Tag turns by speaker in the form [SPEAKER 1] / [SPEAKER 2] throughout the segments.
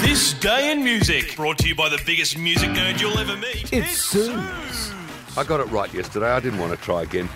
[SPEAKER 1] This Day in Music, brought to you by the biggest music nerd you'll ever meet.
[SPEAKER 2] It's Suze. I got it right yesterday. I didn't want to try again.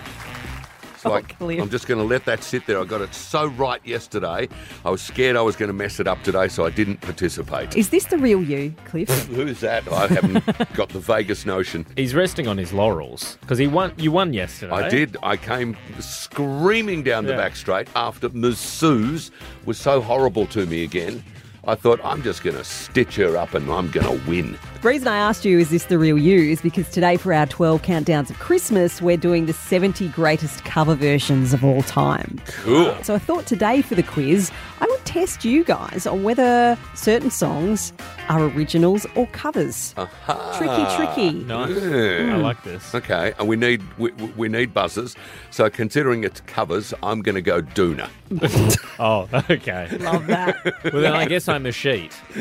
[SPEAKER 2] It's
[SPEAKER 3] Oh,
[SPEAKER 2] like,
[SPEAKER 3] Liam.
[SPEAKER 2] I'm just going to let that sit there. I got it so right yesterday. I was scared I was going to mess it up today, so I didn't participate.
[SPEAKER 3] Is this the real you, Cliff?
[SPEAKER 2] Who's that? I haven't got the vaguest notion.
[SPEAKER 4] He's resting on his laurels because he won. You won yesterday.
[SPEAKER 2] I did. I came screaming down the
[SPEAKER 4] Yeah.
[SPEAKER 2] back straight after Ms. Suze was so horrible to me again. I thought, I'm just going to stitch her up and I'm going to win.
[SPEAKER 3] the reason I asked you, is this the real you, is because today for our 12 countdowns of Christmas, we're doing the 70 greatest cover versions of all time.
[SPEAKER 2] Cool.
[SPEAKER 3] So I thought today for the quiz, I would test you guys on whether certain songs are originals or covers. Tricky, tricky.
[SPEAKER 4] Nice.
[SPEAKER 2] Yeah.
[SPEAKER 4] I like this.
[SPEAKER 2] Okay, and we need we, we need buzzers. So considering it's covers, I'm going to go Duna.
[SPEAKER 4] Oh, okay.
[SPEAKER 3] Love that.
[SPEAKER 4] Well, then I guess I'm a sheet.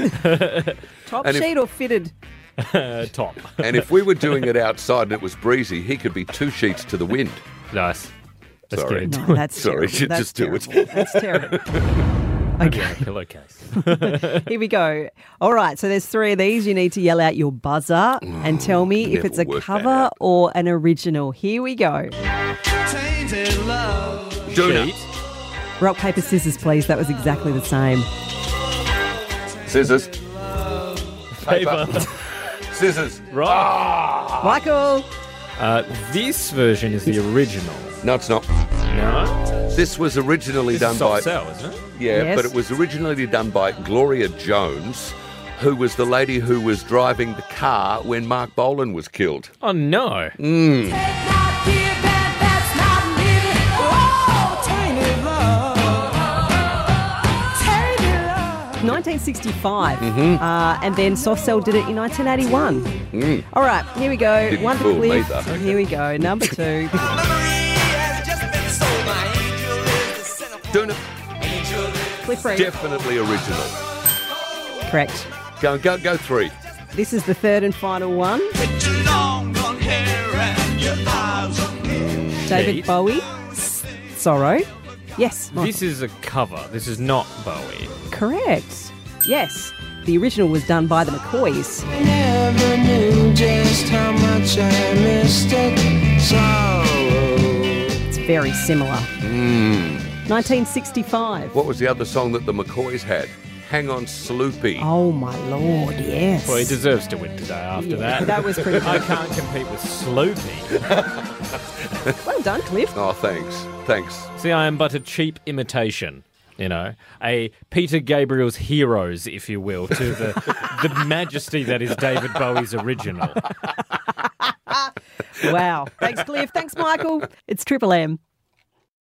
[SPEAKER 3] Top
[SPEAKER 2] And if-
[SPEAKER 3] sheet or fitted?
[SPEAKER 4] Uh, top.
[SPEAKER 2] And if we were doing it outside and it was breezy, he could be two sheets to the wind.
[SPEAKER 4] Nice. Let's
[SPEAKER 2] Sorry.
[SPEAKER 4] get
[SPEAKER 3] No, that's
[SPEAKER 2] Sorry,
[SPEAKER 3] terrible. That's
[SPEAKER 2] just do it.
[SPEAKER 3] terrible. That's terrible. Okay,
[SPEAKER 4] into pillowcase.
[SPEAKER 3] here we go. All right, so there's three of these. You need to yell out your buzzer and tell me if
[SPEAKER 2] never
[SPEAKER 3] it's a
[SPEAKER 2] worked that
[SPEAKER 3] cover
[SPEAKER 2] out.
[SPEAKER 3] or an original. Here we go.
[SPEAKER 2] Duna,
[SPEAKER 4] Sheet.
[SPEAKER 3] Rock, paper, scissors, please. That was exactly the same.
[SPEAKER 2] scissors,
[SPEAKER 4] Paper.
[SPEAKER 2] scissors.
[SPEAKER 4] Right.
[SPEAKER 2] Ah.
[SPEAKER 3] Michael,
[SPEAKER 4] Uh, this version is the original.
[SPEAKER 2] No, it's not.
[SPEAKER 4] No.
[SPEAKER 2] This was originally
[SPEAKER 4] This
[SPEAKER 2] done
[SPEAKER 4] is
[SPEAKER 2] by
[SPEAKER 4] soft sell, isn't it?
[SPEAKER 2] yeah,
[SPEAKER 3] Yes.
[SPEAKER 2] but it was originally done by Gloria Jones, who was the lady who was driving the car when Mark Bolan was killed.
[SPEAKER 4] Oh no.
[SPEAKER 2] Mm.
[SPEAKER 5] Love.
[SPEAKER 3] 1965,
[SPEAKER 2] Mm-hmm.
[SPEAKER 3] uh, and then Soft Cell did it in 1981. All right, here we go.
[SPEAKER 2] Mm. Didn't
[SPEAKER 3] One for
[SPEAKER 2] fool me,
[SPEAKER 3] Cliff.
[SPEAKER 2] though.
[SPEAKER 3] Here we go. Number two.
[SPEAKER 2] Duna,
[SPEAKER 3] Cliff Reed.
[SPEAKER 2] definitely original.
[SPEAKER 3] Correct.
[SPEAKER 2] Go go go three.
[SPEAKER 3] This is the third and final one. David
[SPEAKER 4] Pete.
[SPEAKER 3] Bowie. S- Sorrow. Yes. Mike.
[SPEAKER 4] This is a cover. This is not Bowie.
[SPEAKER 3] Correct. Yes. The original was done by the McCoys.
[SPEAKER 6] Never knew just how much I missed it. Sorrow.
[SPEAKER 3] It's very similar.
[SPEAKER 6] hmm.
[SPEAKER 3] 1965.
[SPEAKER 2] What was the other song that the McCoys had? Hang on, Sloopy.
[SPEAKER 3] Oh my lord, yes.
[SPEAKER 4] Well, he deserves to win today after
[SPEAKER 3] Yeah,
[SPEAKER 4] that.
[SPEAKER 3] that was pretty
[SPEAKER 4] I can't compete with Sloopy.
[SPEAKER 3] Well done, Cliff.
[SPEAKER 2] Oh, thanks. Thanks.
[SPEAKER 4] See, I am but a cheap imitation. You know, a Peter Gabriel's heroes, if you will, to the the majesty that is David Bowie's original.
[SPEAKER 3] Wow. Thanks, Cliff. Thanks, Michael. It's Triple M.